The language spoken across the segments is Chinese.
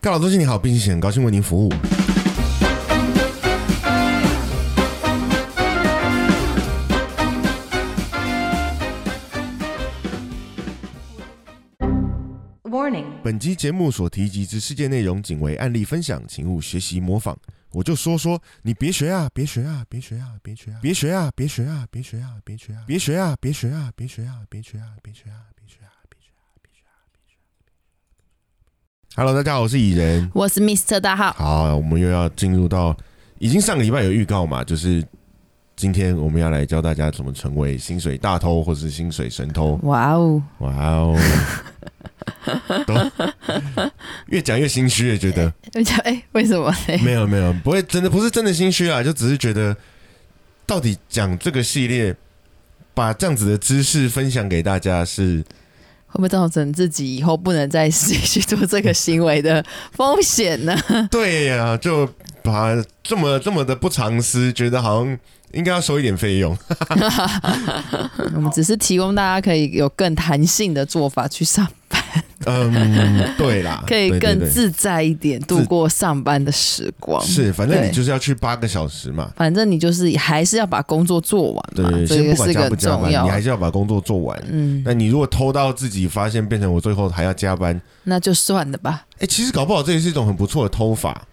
大佬周信你好，并且很高兴为您服务。 Warning. 本期节目所提及之事件内容仅为案例分享，请勿学习模仿。我就说说，你别学啊，别学啊，别学啊，别学啊，别学啊，别学啊，别学啊，别学啊，别学啊，别学啊，别学啊，别学啊，别学啊，别学啊，别学啊，别学啊，别学啊。Hello，大家好，我是蚁人。我是 Mr 大号，好，我们又要进入到，已经上个礼拜有预告嘛，就是今天我们要来教大家怎么成为薪水大偷或是薪水神偷。哇哦，哇 哦，都越讲越心虚了，觉得我讲哎，为什么嘞？没有没有，不会真的不是真的心虚啊，就只是觉得到底讲这个系列，把这样子的知识分享给大家 是会不会造成自己以后不能再继续做这个行为的风险 呢？对呀、就把这么这么的不藏私，觉得好像应该要收一点费用。我们只是提供大家可以有更弹性的做法去上，嗯，对啦，可以啊对对更对自在一点度过上班的时光。是，反正你对就是要去八个小时嘛。反正你就是还是要把工作做完对嘛，，这先个不管是加个不加重班，要你。还是要把工作做完。嗯，那你如果偷到自己发现，变成我最后还要加班，那就算了吧。哎、其实搞不好这也是一种很不错的偷法，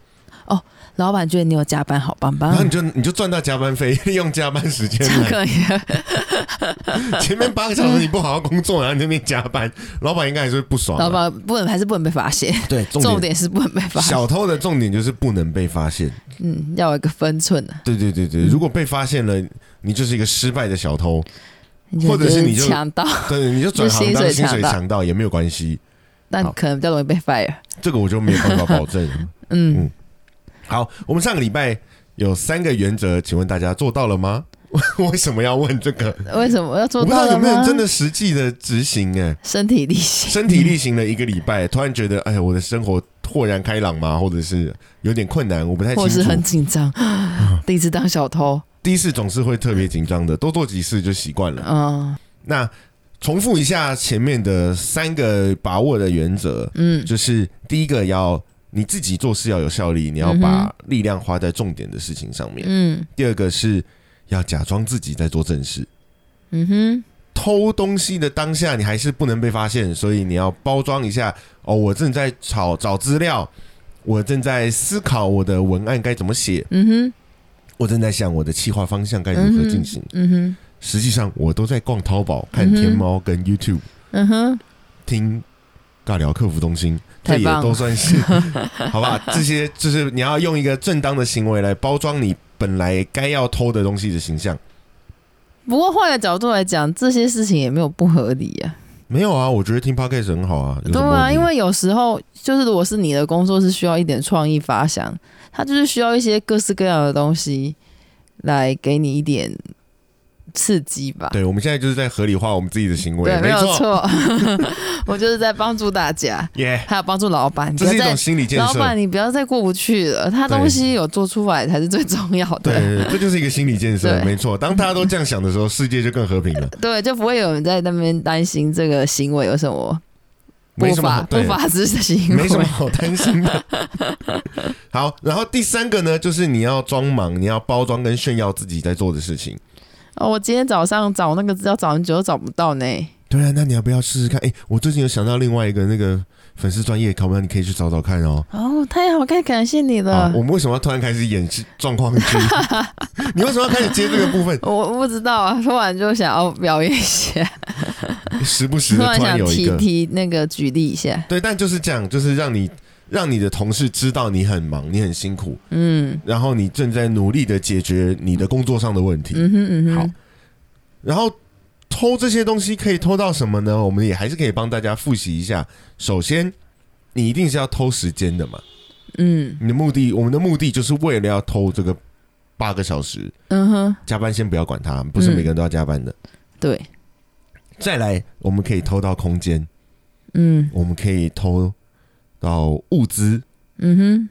老板觉得你有加班，好棒棒 然后，你就你就赚到加班费，利用加班时间啊这来。可以。前面八个小时你不好好工作，然后你那边加班，老板应该还是会不爽啊、老板不能还是不能被发现，对重点是不能被发现。小偷的重点就是不能被发现。嗯，要有一个分寸啊。对对对对，如果被发现了，你就是一个失败的小偷，你就或者是你就强盗，对，你就转行当就薪薪水水强盗强盗也没有关系，但好可能比较容易被 fire。这个我就没有办法保证。 嗯，好，我们上个礼拜有三个原则，请问大家做到了吗？ 为什么要问这个？为什么要我做不知到道了有没有人吗真的实际的执行哎、身体力行？身体力行了一个礼嗯拜，突然觉得，哎呀，我的生活豁然开朗吗？或者是有点困难，我不太或清是很楚。紧张，第一次当小偷，第一次总是会特别紧张的，多做几次就习惯了。嗯那重复一下前面的三个把握的原则，嗯就是第一个要你自己做事要有效率，你要把力量花在重点的事情上面。嗯第二个是要假装自己在做正事。嗯哼，偷东西的当下，你还是不能被发现，所以你要包装一下。哦，我正在找找资料，我正在思考我的文案该怎么写，嗯哼，我正在想我的企划方向该如嗯何哼进行。嗯哼，实际上，我都在逛淘宝、看嗯哼天猫、跟 YouTube、嗯哼，听尬聊客服中心，这太也棒了都算是 好吧？这些就是你要用一个正当的行为来包装你本来该要偷的东西的形象。不过换个角度来讲，这些事情也没有不合理呀、没有啊，我觉得听 podcast 很好啊。有什对么问啊，题因为有时候就是如果是你的工作是需要一点创意发想，它就是需要一些各式各样的东西来给你一点刺激吧。对，我们现在就是在合理化我们自己的行为，对，没有错， 错，我就是在帮助大家，耶还有帮助老板。你这不是一要种再，心理建老设板，。你不要再过不去了，他东西有做出来才是最重要对的。对，对这就是一个心理建设，对没错。当大家都这样想的时候，世界就更和平 了，对，就不会有人在那边担心这个行为有什么不没什么法好不对，法之行为。没什么好担心的。 好，然后第三个呢，就是你要装忙，你要包装跟炫耀自己在做的事情。哦，我今天早上找那个资料找很久都找不到呢。对啊，那你要不要试试看？哎，我最近有想到另外一个那个粉丝专业，考不你可以去找找看哦。哦，太好，太感谢你啊了，。我们为什么要突然开始演戏状况 剧？你为什么要开始接这个部分？我我不知道啊，突然就想要表演一下， 时不时突的然突然想有一提个，提那个举例一下，对，但就是这样，就是让你让你的同事知道你很忙，你很辛苦，嗯然后你正在努力的解决你的工作上的问题。嗯哼嗯哼，好然后偷这些东西可以偷到什么呢？我们也还是可以帮大家复习一下。首先，你一定是要偷时间的嘛，嗯你的目的，我们的目的就是为了要偷这个八个小时嗯哼，加班，先不要管它，不是每个人都要加班的。对，再来，我们可以偷到空间，嗯我们可以偷到物资，嗯哼。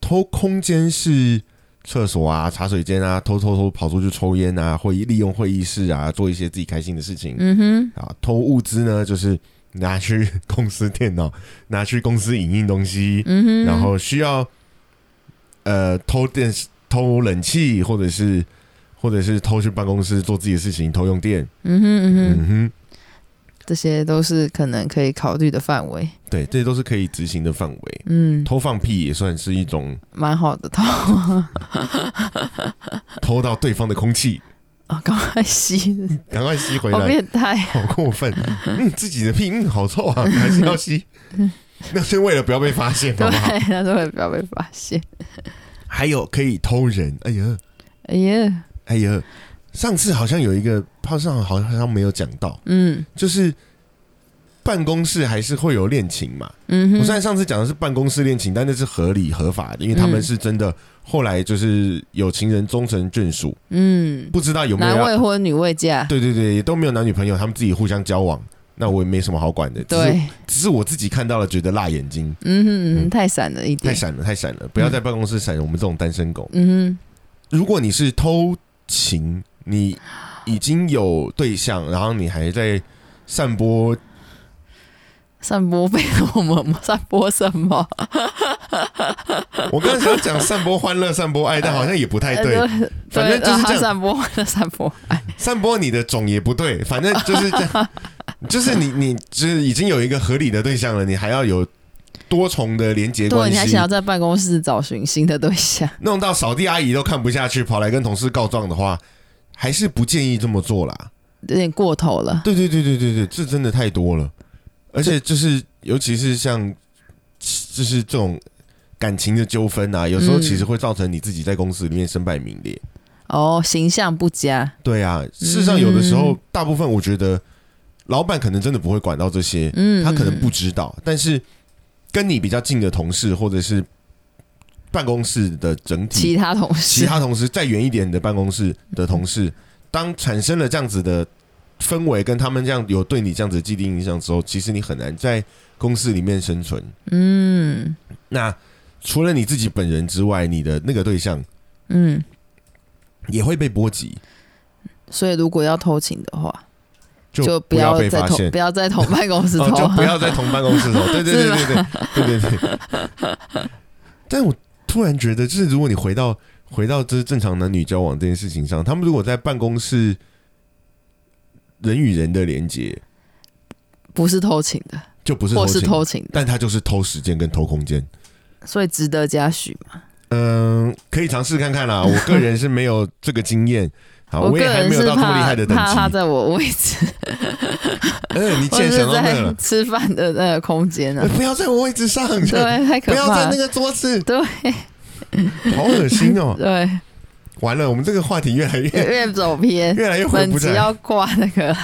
偷空间是厕所啊、茶水间啊，偷偷偷跑出去抽烟啊，会利用会议室啊，做一些自己开心的事情、嗯哼，啊。偷物资呢，就是拿去公司电脑， 拿去公司影印东西，嗯哼，然后需要呃偷电视、偷冷气，或者是或者是偷去办公室做自己的事情，偷用电。嗯哼嗯哼，嗯哼，这些都是可能可以考虑的范围，对，这都是可以执行的范围。嗯，偷放屁也算是一 种蛮好的，哦套偷到对方的空气，啊，赶快吸，赶快吸回好来，变态，好过分！ 嗯，自己的屁，嗯，好臭啊，还是要吸。那是为了不要被发现，好对不好？，他说也不要被发现，还有可以偷人，哎呀，哎呀，哎呀，上次好像有一个，好像好像好像没有讲到，嗯就是办公室还是会有恋情嘛。嗯我虽哼，然上次讲的是办公室恋情，但那是合理合法的，因为他们嗯是真的。后来就是有情人终成眷属，嗯，不知道有没有男要未婚女未嫁，对对对，也都没有男女朋友，他们自己互相交往。那我也没什么好管的，只是对，只是我自己看到了，觉得辣眼睛，嗯哼，嗯嗯哼太闪了一太点，闪了，太闪了！不要在办公室闪我们这种单身狗。嗯如果你是偷情，你已经有对象，然后你还在散播哼，散播费我们散播什么？我刚才想讲散播欢乐、散播爱，但好像也不太对。呃 对反正对就是啊这样散播，散播，哎，散播你的种也不对，反正就是这 样，就是你你就是已经有一个合理的对象了，你还要有多重的连接对，关你还系想，要在办公室找寻新的对象，弄到扫地阿姨都看不下去，跑来跟同事告状的话，还是不建议这么做啦。有点过头了。对对对对对对，这真的太多了，而且就是尤其是像就是这种感情的纠纷啊，有时候嗯其实会造成你自己在公司里面身败名裂。哦，形象不佳，对啊，事实上有的时候嗯，大部分我觉得老板可能真的不会管到这些，嗯，他可能不知道。但是跟你比较近的同事，或者是办公室的整体其他同事，其他同事，再远一点的办公室的同事，嗯当产生了这样子的氛围，跟他们这样有对你这样子的既定影响之后，其实你很难在公司里面生存。嗯那除了你自己本人之外，你的那个对象嗯，也会被波及，所以如果要偷情的话，就不要被在发同现不。要在同办公室 哦，偷就，不要在同办公室哦。对对对对对对对对。啊但我突然觉得，就是如果你回到回到这正常男女交往这件事情上，他们如果在办公室人与人的连接， 不是偷情的，就不是偷或是情，偷情的，但他就是偷时间跟偷空间。所以值得嘉许嘛。嗯，可以尝试看看啦。 我个人是没有这个经验，好，我个也还人没有是到这么厉害怕的等怕他 级。在我位置，嗯，你或既然者是想到那在 了，吃饭的那个空间啊呃，不要在我位置上，对，太 不可要怕在那了。个桌子，对好恶心哦。对，完了，我们这个话题越来 越越越走 偏，越来越回本不集来。要挂那个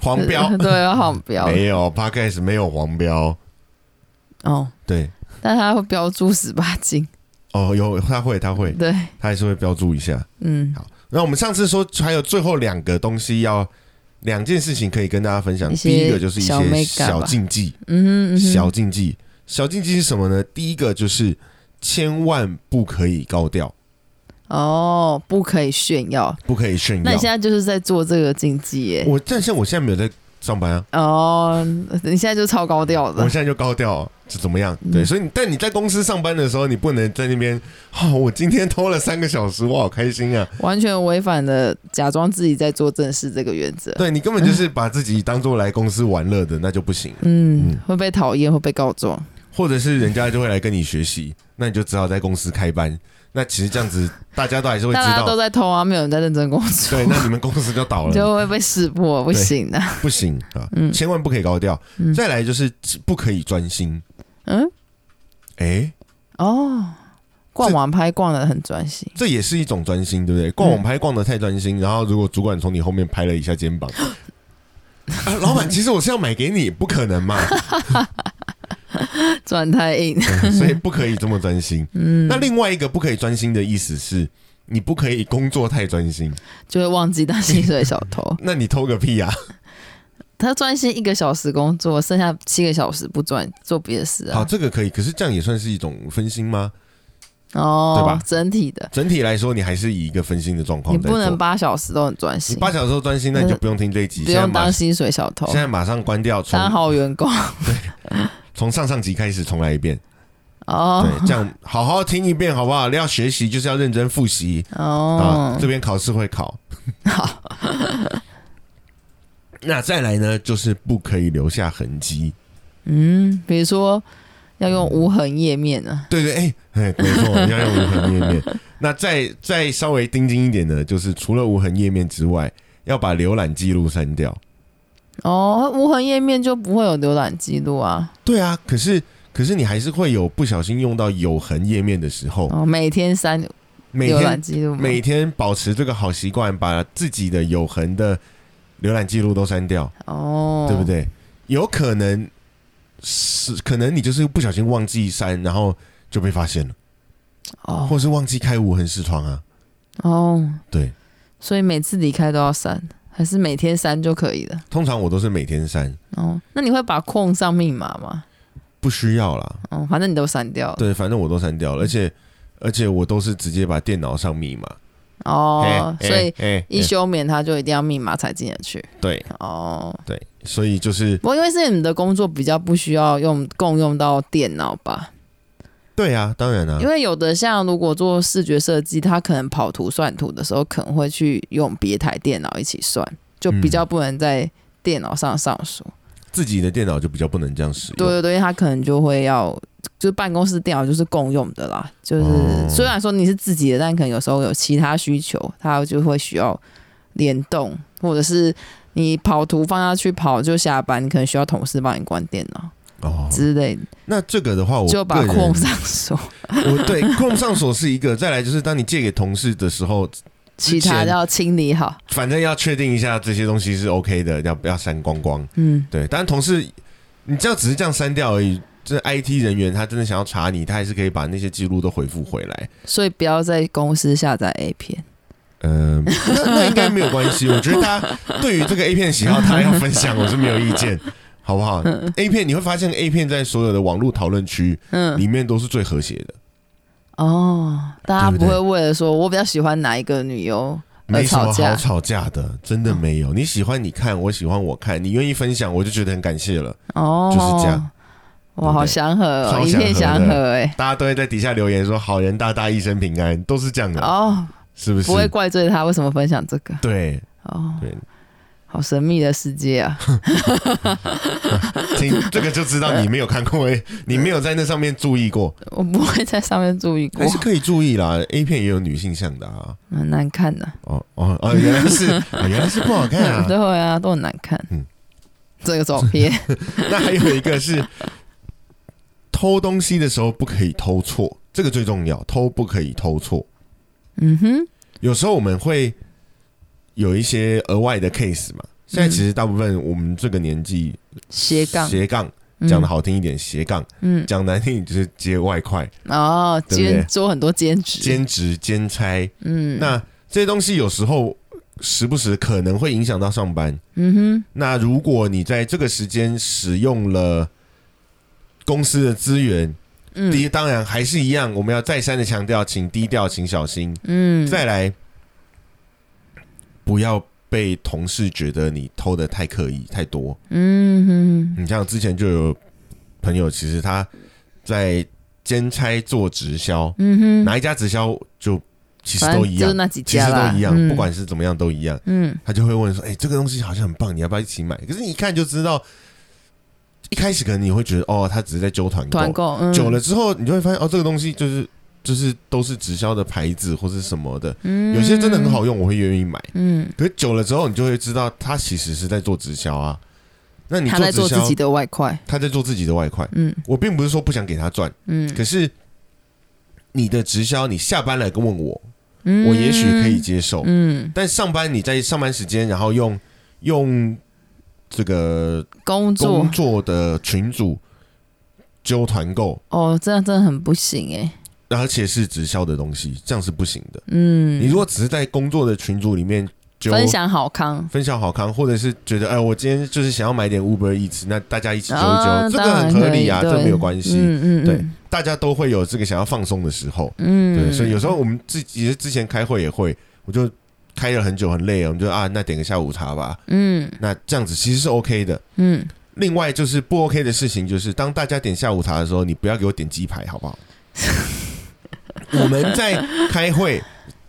黄 标对，要黄标没有 p o d c a s 没有黄标，哦，对但他会标注十八禁，哦，有他会他会对，他还是会标注一下。嗯，好，那我们上次说还有最后两个东西要两件事情可以跟大家分享，一些第一个就是一小些 mega 吧小禁忌，嗯哼嗯哼，小禁忌，小禁忌是什么呢？第一个就是千万不可以高调，哦，不可以炫耀。不可以炫那耀你现。在就是在做这个竞技耶？我但像我现在没有在上班啊，哦，你现在就超高调我的现，在就高调、这怎么样？对，啊嗯所以你但你在公司上班的时候，你不能在那边 哦，我今天偷了三个小时，我好开心啊！完全违反了假装自己在做正事这个原则。对你根本就是把自己当做来公司玩乐的，那就不行。嗯，会被讨厌，会被告状。或者是人家就会来跟你学习，那你就只好在公司开班。那其实这样子，大家都还是会知大家都道，在偷啊，没有人在认真工作，对，那你们公司就倒了， 就会被识破，不行的。不行啊，嗯千万不可以高调。嗯再来就是不可以专心，嗯，哎、哦，逛网拍逛的很专心，这也是一种专心，对不对？逛网拍逛的太专嗯心，然后如果主管从你后面拍了一下肩膀，啊，老板，其实我是要买给你，不可能 嘛，转太硬。所以不可以这么专心。嗯那，另外一个不可以专心的意思是，你不可以工作太专心，。就会忘记当薪水小偷 那你偷个屁啊呀、他专心一个小时工作，剩下七个小时不赚，做别的事好，啊。这个可以，可是这样也算是一种分心吗？哦，对吧整体的，整体来说，你还是以一个分心的状况你在做。不能八小时都很专你心，嗯八小时都专心，那你就不用听这一集。不现在用马当薪水小偷现，在马上关掉，从当好员 工从上上集开始重来一遍。哦对，这样好好听一遍好不好？要学习就是要认真复习啊哦。，这边考试会考。好， 那再来呢，就是不可以留下痕迹。嗯，比如说要用无痕页面啊，对对，哎、哎，没错， 你要用无痕页面。那再再稍微盯紧一点呢，就是除了无痕页面之外，要把浏览记录删掉。哦，无痕页面就不会有浏览记录啊，对啊，可是可是你还是会有不小心用到有痕页面的时候，哦，每天删每浏览天记录吗，每天保持这个好习惯，把自己的有痕的浏览记录都删掉，哦，对不？对？有可能是可能你就是不小心忘记删，然后就被发现了，哦或是忘记开无痕视窗啊。哦，对，所以每次离开都要删，还是每天删就可以了？通常我都是每天删，哦，那你会把空上密码吗？不需要啦。哦，反正你都删掉了。对，反正我都删嗯掉了，而且而且我都是直接把电脑上密码。哦，嘿所以嘿嘿一休眠它就一定要密码才进得去。对哦，对，所以就是不过因为是你的工作比较不需要用共用到电脑吧，对啊，当然啊因，为有的像如果做视觉设计，它可能跑图算图的时候，可能会去用别台电脑一起算，就比较不能在电脑上上锁。自己的电脑就比较不能这样使用。对对对，因为它可能就会要。就是办公室电脑就是共用的啦，就是、哦虽然说你是自己的，但可能有时候有其他需求，它就会需要联动，或者是你跑图放下去跑就下班，你可能需要同事帮你关电脑哦，之类的，那这个的话，我就把个人空上锁。我对控上锁是一个，再来就是当你借给同事的时候，其他前都要清理好。反正要确定一下这些东西是 OK 的，要不要删光光？嗯，对，当然同事你这样只是这样删掉而已。这 IT 人员他真的想要查你，他还是可以把那些记录都回复回来。所以不要在公司下载 A 片。嗯，那那应该没有关系。我觉得他对于这个 A 片喜好，他要分享，我是没有意见，好不好？A 片你会发现，A 片在所有的网络讨论区嗯，里面都是最和谐的，哦，大家对不不对会为了说我比较喜欢哪一个女优而没什么好呃吵架。嗯吵架的，真的没有。你喜欢你看，我喜欢我看，你愿意分享，我就觉得很感谢了。哦，就是这样。对哇，不好对祥和哦，超一祥片和的祥和哎。大家都会在底下留言说“好人大大，一生平安”，都是这样的，哦，是不是不？会怪罪他为什么分享这个对，哦。对，好神秘的世界啊！ 听这个就知道你没有看过， 你没有在那上面注意过，我不会在上面注意过还，是可以注意啦。A 片也有女性向的啊。很难看的。哦哦哦，原来 是、哦、原来是不好看啊。对啊，都很难看嗯。这个照 片那还有一个是偷东西的时候不可以偷错，这个最重要，偷不可以偷错。嗯哼，有时候我们会有一些额外的 case 嘛。现在其实大部分我们这个年纪，嗯斜杠斜杠嗯讲的好听一点，斜杠嗯讲难听就是接外快、哦，对不对兼做很多兼职，兼职、兼差。嗯，那这些东西有时候时不时可能会影响到上班。嗯那如果你在这个时间使用了公司的资源，哼，嗯，第一当然还是一样，我们要再三的强调，请低调，请小心。嗯，再来，不要被同事觉得你偷的太刻意、太多。嗯你像之前就有朋友，其实他在兼差做直销，哼，嗯哼，哪一家直销就其实反都正一就是样，那几其家实啦，都一样，嗯不管是怎么样都一样。嗯他就会问说：“哎、这个东西好像很棒，你要不要一起买？”可是你一看就知道，一开始可能你会觉得哦，他只是在揪团购，团购，嗯久了，之后你就会发现哦，这个东西就是就是都是直销的牌子或是什么的，嗯有些真的很，好用，我会愿意买。嗯，可是久了之后，你就会知道他其实是在做直销啊。那你他在直做销自，己的外快，他在做自己的外快。嗯我并不是说不想给他赚，嗯，可是你的直销，你下班来跟问我，嗯我也许可以，接受。嗯，但上班你在上班时间，然后用用这个工作工作的群组揪团购，哦，这样真的很不行哎，而且是直销的东西，这样是不行的。你嗯，如果只是在工作的群组里面揪分享好康，分享好康，或者是觉得哎，我今天就是想要买点 Uber Eats，那大家一起揪一啊揪，这个当然很合理啊，可以这对没有关系。嗯嗯，对嗯大家都会有这个想要放松的时候，嗯，对，所以有时候我们自己之前开会也会，我就开了很久很累了，我们就啊，那点个下午茶吧，嗯那这样子其实是 OK 的。嗯，另外就是不 OK 的事情，就是当大家点下午茶的时候，你不要给我点鸡排，好不 好？我们在开会，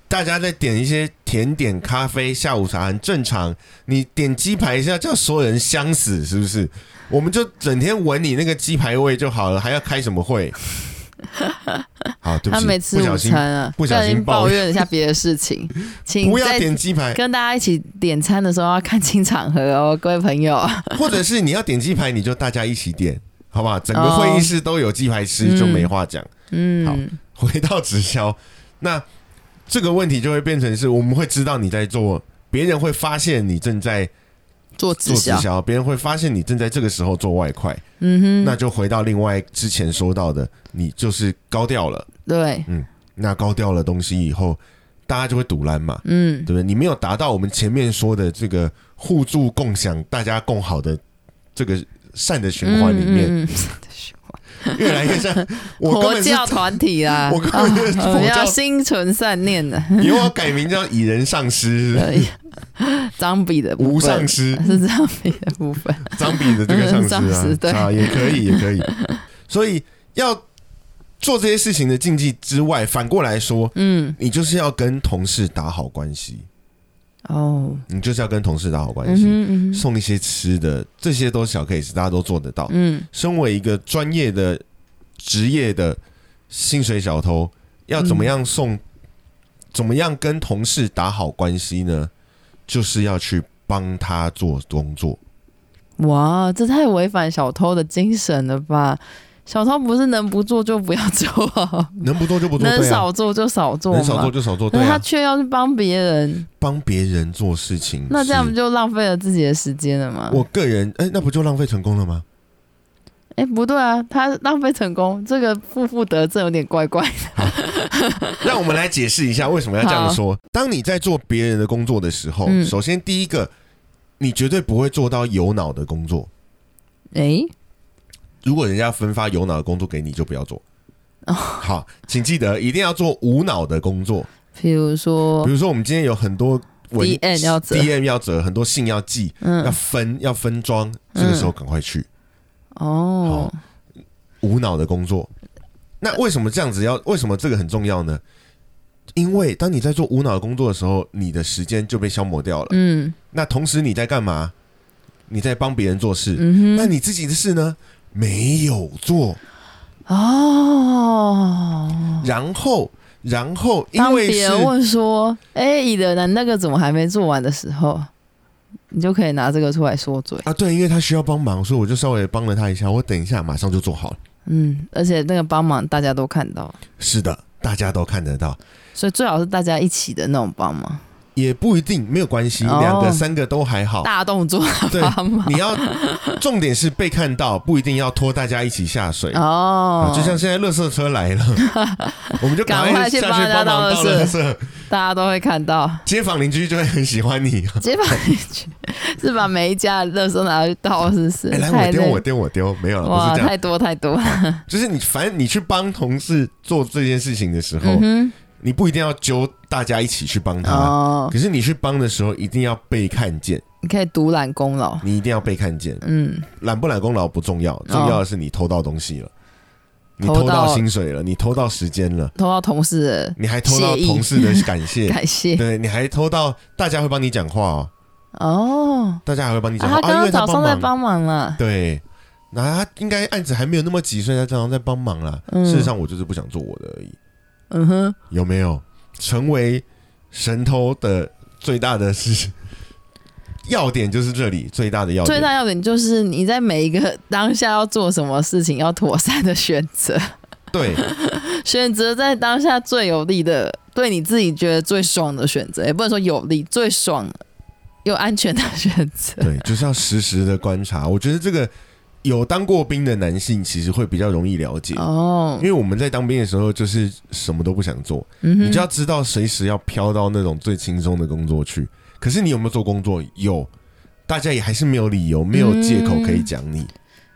大家在点一些甜点、咖啡、下午茶很正常。你点鸡排是要叫所有人香死，是不是？我们就整天闻你那个鸡排味就好了，还要开什么 会？好，对不他起，没吃不午小心餐啊，不小心抱抱怨怨一下别的事情，请不要在点鸡排，跟大家一起点餐的时候要看清场合哦，各位朋友。或者是你要点鸡排，你就大家一起点，好不好？整个会议室都有鸡排吃，哦就没话讲。好嗯，回到直销，那这个问题就会变成是我们会知道你在做，别人会发现你正在做做直直销，销，别人会发现你正在这个时候做外快，嗯那哼，就回到另外之前说到的，你就是高调了，对，那高调了东西以后，大家就会堵烂嘛。嗯对不对？你没有达到我们前面说的这个互助共享、大家共好的这个善的循环里面，嗯嗯嗯嗯越来越像 我根佛本是教团体啦，我根本 就是啊我们佛教 要心存善念的， 以后要改名叫以人上师，可以。张比的部无上分师， 是张比的部分，张比的这个上嗯上师师对啊，啊也可以，也可以。所以要做这些事情的禁忌之外，反过来说，嗯，你就是要跟同事打好关系，哦，你就是要跟同事打好关嗯系，哼嗯哼送一些吃的，这些都是小 case，大家都做得到。嗯，身为一个专业的职业的薪水小偷，要怎么样送，怎么样跟同事打好关系呢？就是要去帮他做工作。哇，这太违反小偷的精神了吧？小偷不是能不做就不要做，啊能不做就不做，嗯能对啊少，做就少做能少做嘛。就少做，对那他啊，却要去帮别人，帮别人做事情，那这样不就就嗯浪费了自己的时间了吗？我个人，哎、那不就浪费成功了吗？哎、不对啊，他浪费成功，这个负负得正有点怪怪。 让我们来解释一下为什么要这样说。当你在做别人的工作的时候，嗯首先第一个，你绝对不会做到有脑的工作。哎、如果人家分发有脑的工作给你，就不要做。哦好，请记得一定要做无脑的工作。比如说比，如说，我们今天有很多文 DM 哦要折 DM 要折，很多信要寄，要嗯，分要分装，这个时候赶快去、哦，无脑的工作。那为什么这样子要？为什么这个很重要呢？因为当你在做无脑的工作的时候，你的时间就被消磨掉了。嗯那同时你在干嘛？你在帮别人做事，嗯那哼，你自己的事呢？没有做。哦，然后，然后因当为别是人问说，哎、乙的男那个怎么还没做完的时候，你就可以拿这个出来说嘴。啊，对，因为他需要帮忙，所以我就稍微帮了他一下。我等一下马上就做好了。嗯，而且那个帮忙大家都看到，是的，大家都看得到，所以最好是大家一起的那种帮忙，也不一定没有关系，哦两个三个都还好。大动作对，帮忙。你要重点是被看到，不一定要拖大家一起下水。哦啊，就像现在垃圾车来 了，我们就赶赶下快去去帮人家帮忙倒倒垃垃圾圾，大家都会看到。街坊邻居就会很喜欢你。街坊邻居是把每一家的垃圾拿去倒，是不是？哎，来太我丢累我丢我丢，没有了，不哇，是这样，啊太多太多。就是你反正你去帮同事做这件事情的时候，嗯你不一定要揪大家一起去帮哼，他，哦，可是你去帮的时候，一定要被看见，你可以独揽功劳。你一定要被看见。嗯，揽不揽功劳不重要，重要的是你偷到东西了，你偷哦偷到到薪水了，你偷到时间了，偷到同事你还偷到谢意同 事的感谢的，感谢对，你还偷到大家会帮你讲话哦，哦。大家还会帮你啊，讲话，他刚因为刚他早上在忙，帮忙了。对。那他应该案子还没有那么急，所以他常常在帮忙啦。嗯事实上，我就是不想做我的而已。嗯哼，有没有成为神偷的最大的是要点就是这里最大的要点，最大要点就是你在每一个当下要做什么事情，要妥善的选择， 对选择在当下最有利的，对你自己觉得最爽的选择，也不能说有利，最爽又安全的选择。对，就是要实时的观察。我觉得这个有当过兵的男性其实会比较容易了解，哦因，为我们在当兵的时候就是什么都不想做，嗯哼你就要知道随时要飘到那种最轻松的工作去。可是你有没有做工作？有，大家也还是没有理由、没有借口可以讲你。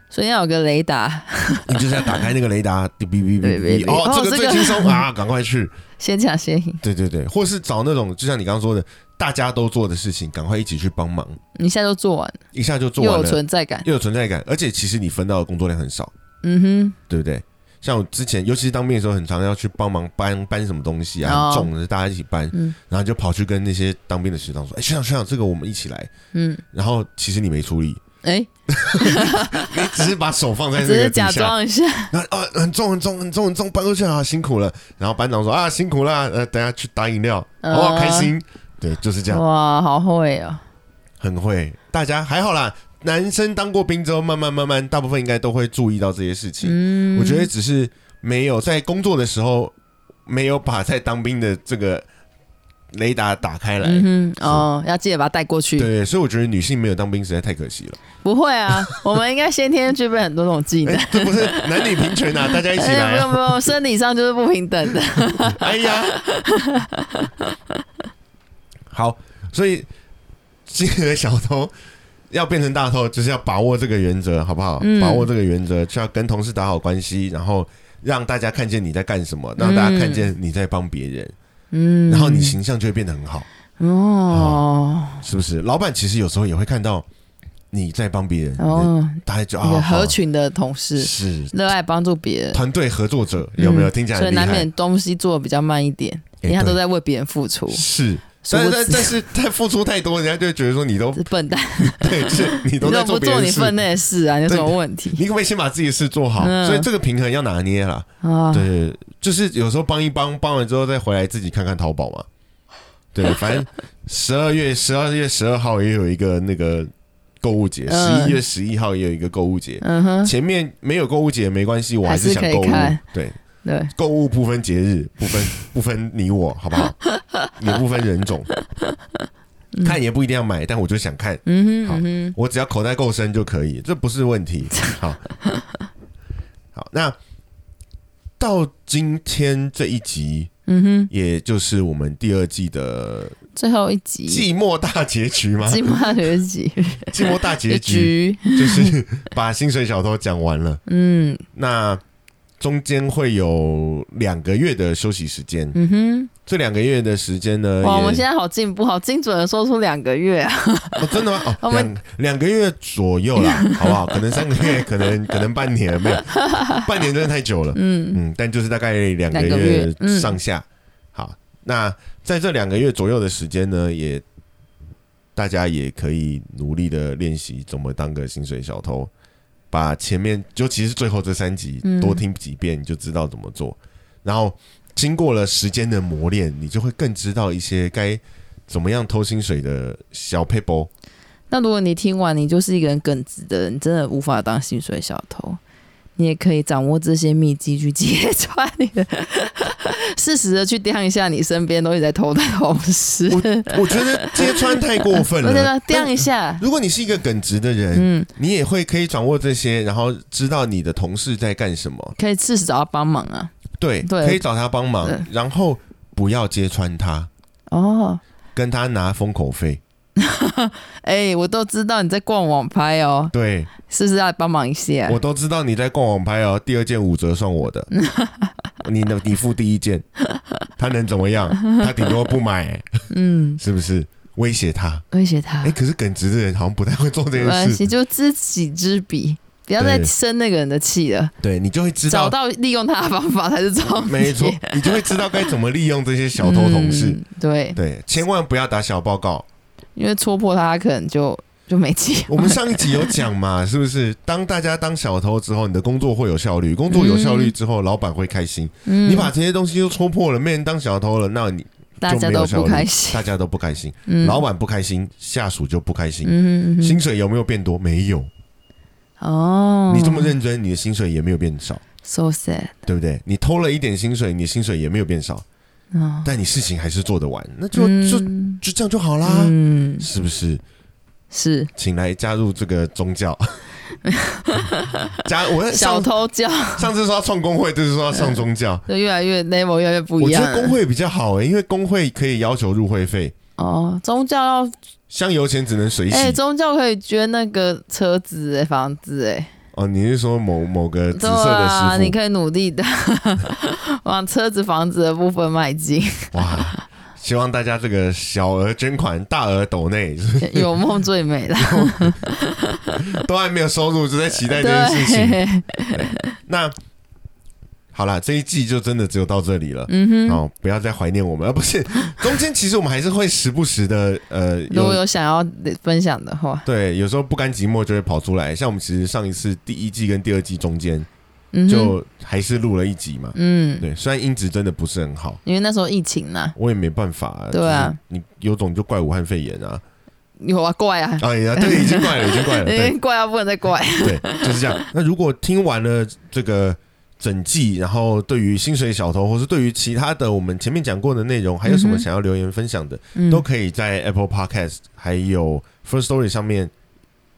所以要有个雷达，你就是要打开那个雷达，哔哔嗯哔对对哔对哔，哦，哦这个这最个轻松啊，赶快去。先抢先赢。对对对，或是找那种就像你刚刚说的，大家都做的事情，赶快一起去帮忙，你一下就做完了，一下就做又完有了，存在感。又有存在感，而且其实你分到的工作量很少，嗯对不对？像我之前，尤其是当兵的时候，很常要去帮忙搬搬什么东西啊，哦很重的，大家一起搬，哼，嗯然后就跑去跟那些当兵的学长说：“哎，学长学长，这个我们一起来。嗯，”然后其实你没出力，哎、你只是把手放在那 只个是底假下，装一下，那啊，很重很重很重很重，搬过去啊，辛苦了。然后班长说啊，辛苦啦，呃，等下去打饮料，呃哦，开心。对，就是这样，哇，好会哦。很会。大家还好啦，男生当过兵之后，慢慢慢慢，大部分应该都会注意到这些事情。嗯，我觉得只是没有在工作的时候没有把在当兵的这个雷达打开来。嗯哼，哦，要记得把它带过去。对，所以我觉得女性没有当兵实在太可惜了。不会 啊，我们应该先天具备很多种技能。哎哎，这不是男女平权啊，大 家一起来、啊不用。不用，生理上就是不平 等的。哎呀，好，所以金额小偷要变成大偷，就是要把握这个原则，好不好？嗯把握这个原则，就要跟同事打好关系，然后让大家看见你在干什么，让大家看见你在帮别人，嗯，然后你形象就会变得很好，哦是不是？老板其实有时候也会看到你在帮别人，哦，大家就一个啊，合好群的同事，是热爱帮助别人，团队合作者，有没有？嗯听起来所以很厉难害免。东西做的比较慢一点，因为他哎都对在为别人付出。是，殊但不但 知但是太付出太多，人家就会觉得说你 都这笨蛋，对，就是你你都怎在么不别做人你事，分内的事啊？你有什么问题你可不可以先把自己的事做好？嗯所以这个平衡要拿捏啦。啊？对，就是有时候帮一帮，帮完之后再回来自己看看淘宝嘛。对，反 正十二月十二月十二号也有一个那个购物节，十嗯一月十一号也有一个购物节。嗯哼，前面没有购物节没关系，我还是还是想可以购物看。对，对，购物不分节日，不 分不分你我，好不好？也不分人种，看也不一定要买，但我就想看。嗯好哼嗯我只要口袋够深就可以，这不是问 题。好，好，那到今天这一集，哼嗯哼，也就是我们第二季的最后一集，寂寞大结局吗？ 寂寞学集，寂寞大结一局局，就是把薪水小偷讲完了， 嗯那中间会有两个月的休息时间，嗯哼。这两个月的时间呢，哇，我们也现在好进步，好精准的说出两个月啊！哦，真的吗？哦， 我们两两个月左右 啦，好不好？可能三个月，可能可能半年，没有，半年真的太久了。嗯，嗯，但就是大概两个两个月月嗯上下。好，那在这两个月左右的时间呢，也大家也可以努力的练习怎么当个薪水小偷，把前面尤其是最后这三集嗯多听几遍，你就知道怎么做。然后经过了时间的磨练，你就会更知道一些该怎么样偷薪水的小 paper。 那如果你听完，你就是一个很耿直的人，你真的无法当薪水小偷，你也可以掌握这些秘籍去揭穿你的， 适时的去掂一下你身边都一直在偷的同事，我觉得揭穿太过分不是了。掂但一下，如果你是一个耿直的人，嗯，你也会可以掌握这些，然后知道你的同事在干什么，可以适时找他帮忙啊。对，对可以找他帮忙对，然后不要揭穿他，哦，跟他拿封口费，哎、我都知道你在逛网拍哦， 对是不是要帮忙一下我？都知道你在逛网拍哦，第二件五折算我 的，你的你付第一件，他能怎么样？他顶多不买、嗯，是不是？威胁他，威胁他。哎、可是耿直的人好像不太会做这没关件系，事，就知己知彼，不要再对生那个人的气了，对你就会知找道，到利用他的方法才是重点。没错，你就会知道该怎么利用这些小偷同事， 嗯对，对，千万不要打小报告。因为戳破他，他可能就就没气。我们上一集有讲 嘛，是不是？当大家当小偷之后，你的工作会有效率，工作有效率之后，老板会开心。嗯你把这些东西都戳破了，没人当小偷了，那你大就家没有都效不率开心，大家都不开心，嗯老板不开心，下属就不开心。嗯嗯嗯薪水有没有变多？没有。哦，你这么认真，你的薪水也没有变少， so sad 对不对？你偷了一点薪水，你的薪水也没有变少，啊，但你事情还是做得完，那就就嗯就这样就好啦，嗯是不是？是请来加入这个宗教。加我在小上偷教上次说要创工会，这次说要上宗教。就越来越 level 越来越不我一觉样得了。工会比较好诶、因为工会可以要求入会费，哦，宗教要香油钱只能随喜。哎，宗教可以捐那个车子哎，房子哎，哦，你是说某某个紫对色的啊，师你傅？可以努力的 往车子、房子的部分 迈进，哇！希望大家这个小额捐款，大额抖内， 就是有梦最美啦。都还没有收入，就在期待这件事情。对，那好啦，这一季就真的只有到这里了。嗯哼，哦，不要再怀念我们，而、不是中间，其实我们还是会时不时的，呃，如果有有想要分享的话，对，有时候不甘寂寞就会跑出来。像我们其实上一次第一季跟第二季中间嗯哼就还是录了一集嘛，嗯，对，虽然音质真的不是很好，因为那时候疫情呐，我也没办法、啊对啊，就是你有种就怪武汉肺炎啊，有啊，怪啊，哎呀，对，已经怪了，已经 怪了，对怪啊，不能 再怪。对，就是这样。那如果听完了这个整季，然后对于薪水小偷，或是对于其他的我们前面讲过的内容，还有什嗯么哼想要留言分享的，嗯都可以在 Apple Podcast 还有 First Story 上面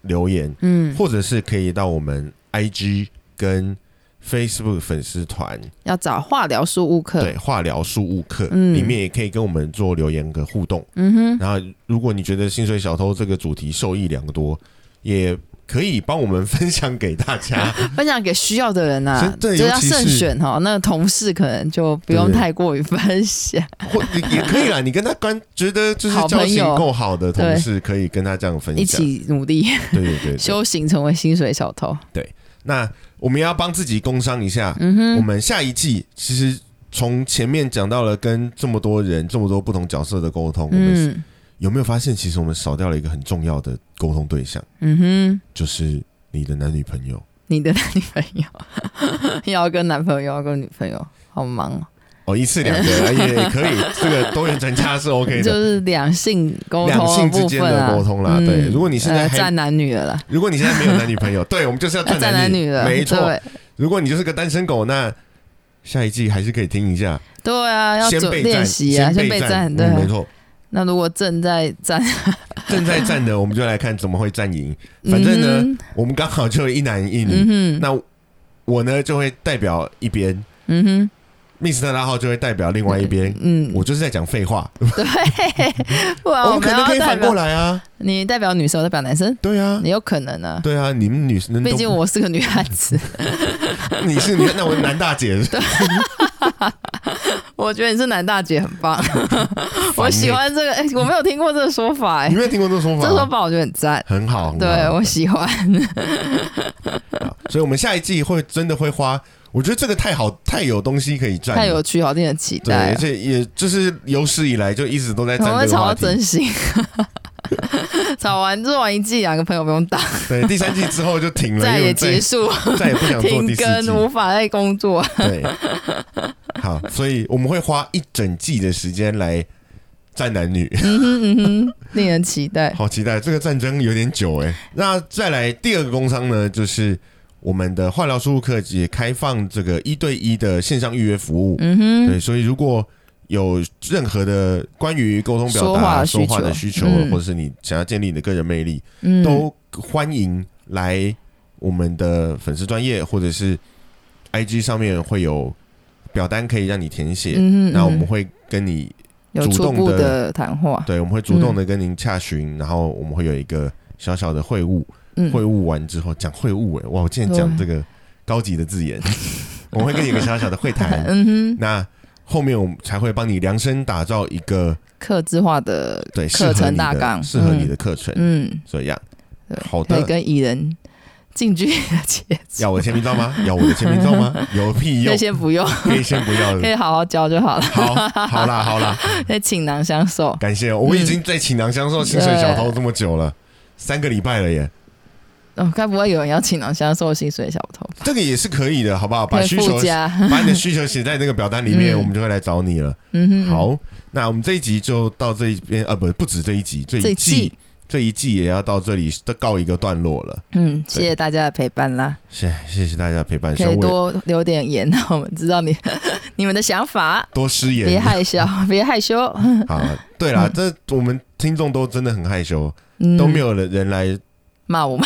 留言，嗯，或者是可以到我们 IG 跟 Facebook 粉丝团要找化疗书屋课对。化疗术务课嗯里面也可以跟我们做留言和互动。嗯哼，然后，如果你觉得薪水小偷这个主题受益良多，也可以帮我们分享给大 家。分享啊给需要的人呐、是对就要尤其是慎选哈。那个同事可能就不用对对太过于分享。或也也可以啦，你跟他关觉得就是好交朋情友够好的同事，可以跟他这样分一享。起努力对对对对。修行，成为薪水小偷。那我们也要帮自己工商一下，嗯我们下一季其实从前面讲到了跟这么多人、这么多不同角色的沟通，我们嗯有没有发现，其实我们少掉了一个很重要的沟通对象，嗯哼，就是你的男女朋友。你的男女朋友 要跟男朋友，要跟女朋友，好忙哦。哦，一次两个也也可以，这个多元成家是 OK 就的。是两性沟通两性部之间分的啊沟通啦对如果你现在呃还站男女了啦，如果你现在没有男女 朋友，对我们就是要站站男男女了，没错。对如果你就是个单身狗，那下一季还是可以听一下，对啊，要先准备练战，习啊，先先备战，战，对啊嗯没错。那如果正在站，正在战的，我们就来看怎么会战赢。反正呢，嗯我们刚好就有一男一女，哼，嗯哼，那我呢就会代表一边嗯哼， ，Mr. 拉浩就会代表另外一边。嗯，我就是在讲废话， 哦对，不然我们可能要可以代反过表来啊，你哦代表女生，我代表男生，对啊也，有可能呢。对啊，你们女生都，毕竟我是个女孩 子，你是女，那我男大 姐，我觉得你是男大姐很棒，烦我欸喜欢这个，哎，我没有听过这个说法，哎你，没有听过这个说这说法吗？法我觉得很赞，很好，很好对我喜欢，好所以我们下一季会真的会花，我觉得这个太好，太有东西可以占了，太有趣，好令人期对，待而哦。且也就是有史以来就一直都在我们占会这个吵到话题。真心， 吵完做完一季，两个朋友不用打，对，第三季之后就停了，再因为也我再结束，再也不想做第停四更，季。无法再工作。 对，好，所以我们会花一整季的时间来战男女，嗯哼嗯哼，令人期待。好期待这个战争有点久哎、那再来第二个工商呢，就是我们的化疗输入课也开放这个一对一的线上预约服务。嗯哼，对，所以如果有任何的关于沟通表说话达、的需说话的求需求，啊嗯或者是你想要建立你的个人魅力，嗯，都欢迎来我们的粉丝专业或者是 IG 上面会有表单可以让你填写，嗯哼，那我们嗯会跟你有主初动步地的谈话，对，我们会主动的跟您洽询，然后我们会有一个小小的会晤，嗯，会晤完之后讲会晤、欸，哇，我竟然讲这个高级的字 眼，我们会跟你有一个小小的会谈，嗯哼，那。后面我们才会帮你量身打造一个客制化的，对适课合程你大的纲适合你嗯的课程，嗯，这样对好可以的，跟艺人近距离的接 触，要我的签名照 吗？要我的签名照吗？有屁可用以！先不用，可以先不要 可了。以好好教就好了，好，好啦，好啦，可以倾囊相授。感谢哦。我已经在请囊相授薪水小偷这么久了，三个礼拜了耶，哦，该不会有人要倾囊相授薪水小偷？这个也是可以的，好不好？把可以需求附，加， 把你的需求写在那个表单里面，嗯我们就会来找你了。嗯哼，好，那我们这一集就到这一边，啊，不，不止这一集，这这一一季季，这一季也要到这里都告一个段落了。嗯，谢谢大家的陪伴啦，谢谢谢大家的陪伴，虽可然以我也多留点言，让我们知道你你们的想法，多失别言。 害羞，别害羞， 好，对啦，这我们听众都真的很害羞，嗯，都没有人人来骂我们，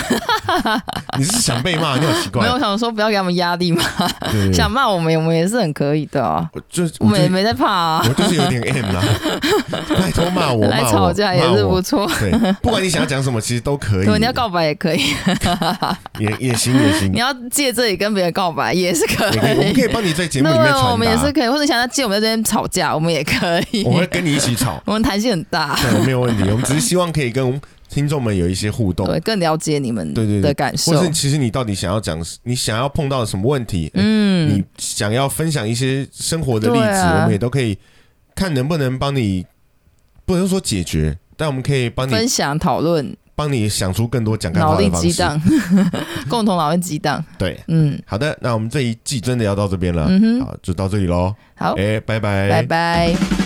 你是想被骂，你好奇怪没有。我想说不要给他们压力嘛，对对对想骂我们我们也是很可以的啊，我就我我们也就没在怕啊，我就是有点 M 啦，拜托骂我，来骂我吵架也是不。错，骂我对，不管你想要讲什么，其实都可以。对，你要告白也可以，也也行也行你，要借这里跟别人告白也是可嗯也可以我们可 以。以帮你在节目那里面传达。我们也是可以，或者想要借我们在这边吵架，我们也可 以。，我会跟你一起吵我们弹性很大，对，没有问题。我们只是希望可以跟听众们有一些互动，对，更了解你们对对对的感受或。是其实你到底想要讲，你想要碰到什么问题，哎嗯，你想要分享一些生活的例对子，啊我们也都可以看能不能帮你，不能说解决，但我们可以帮你分享讨论，帮你想出更多讲干脑话力的方激式。荡， 共同脑力激荡。对，嗯好的，那我们这一季真的要到这边了，嗯哼，好，就到这里喽。哎好，哎、拜拜，拜拜。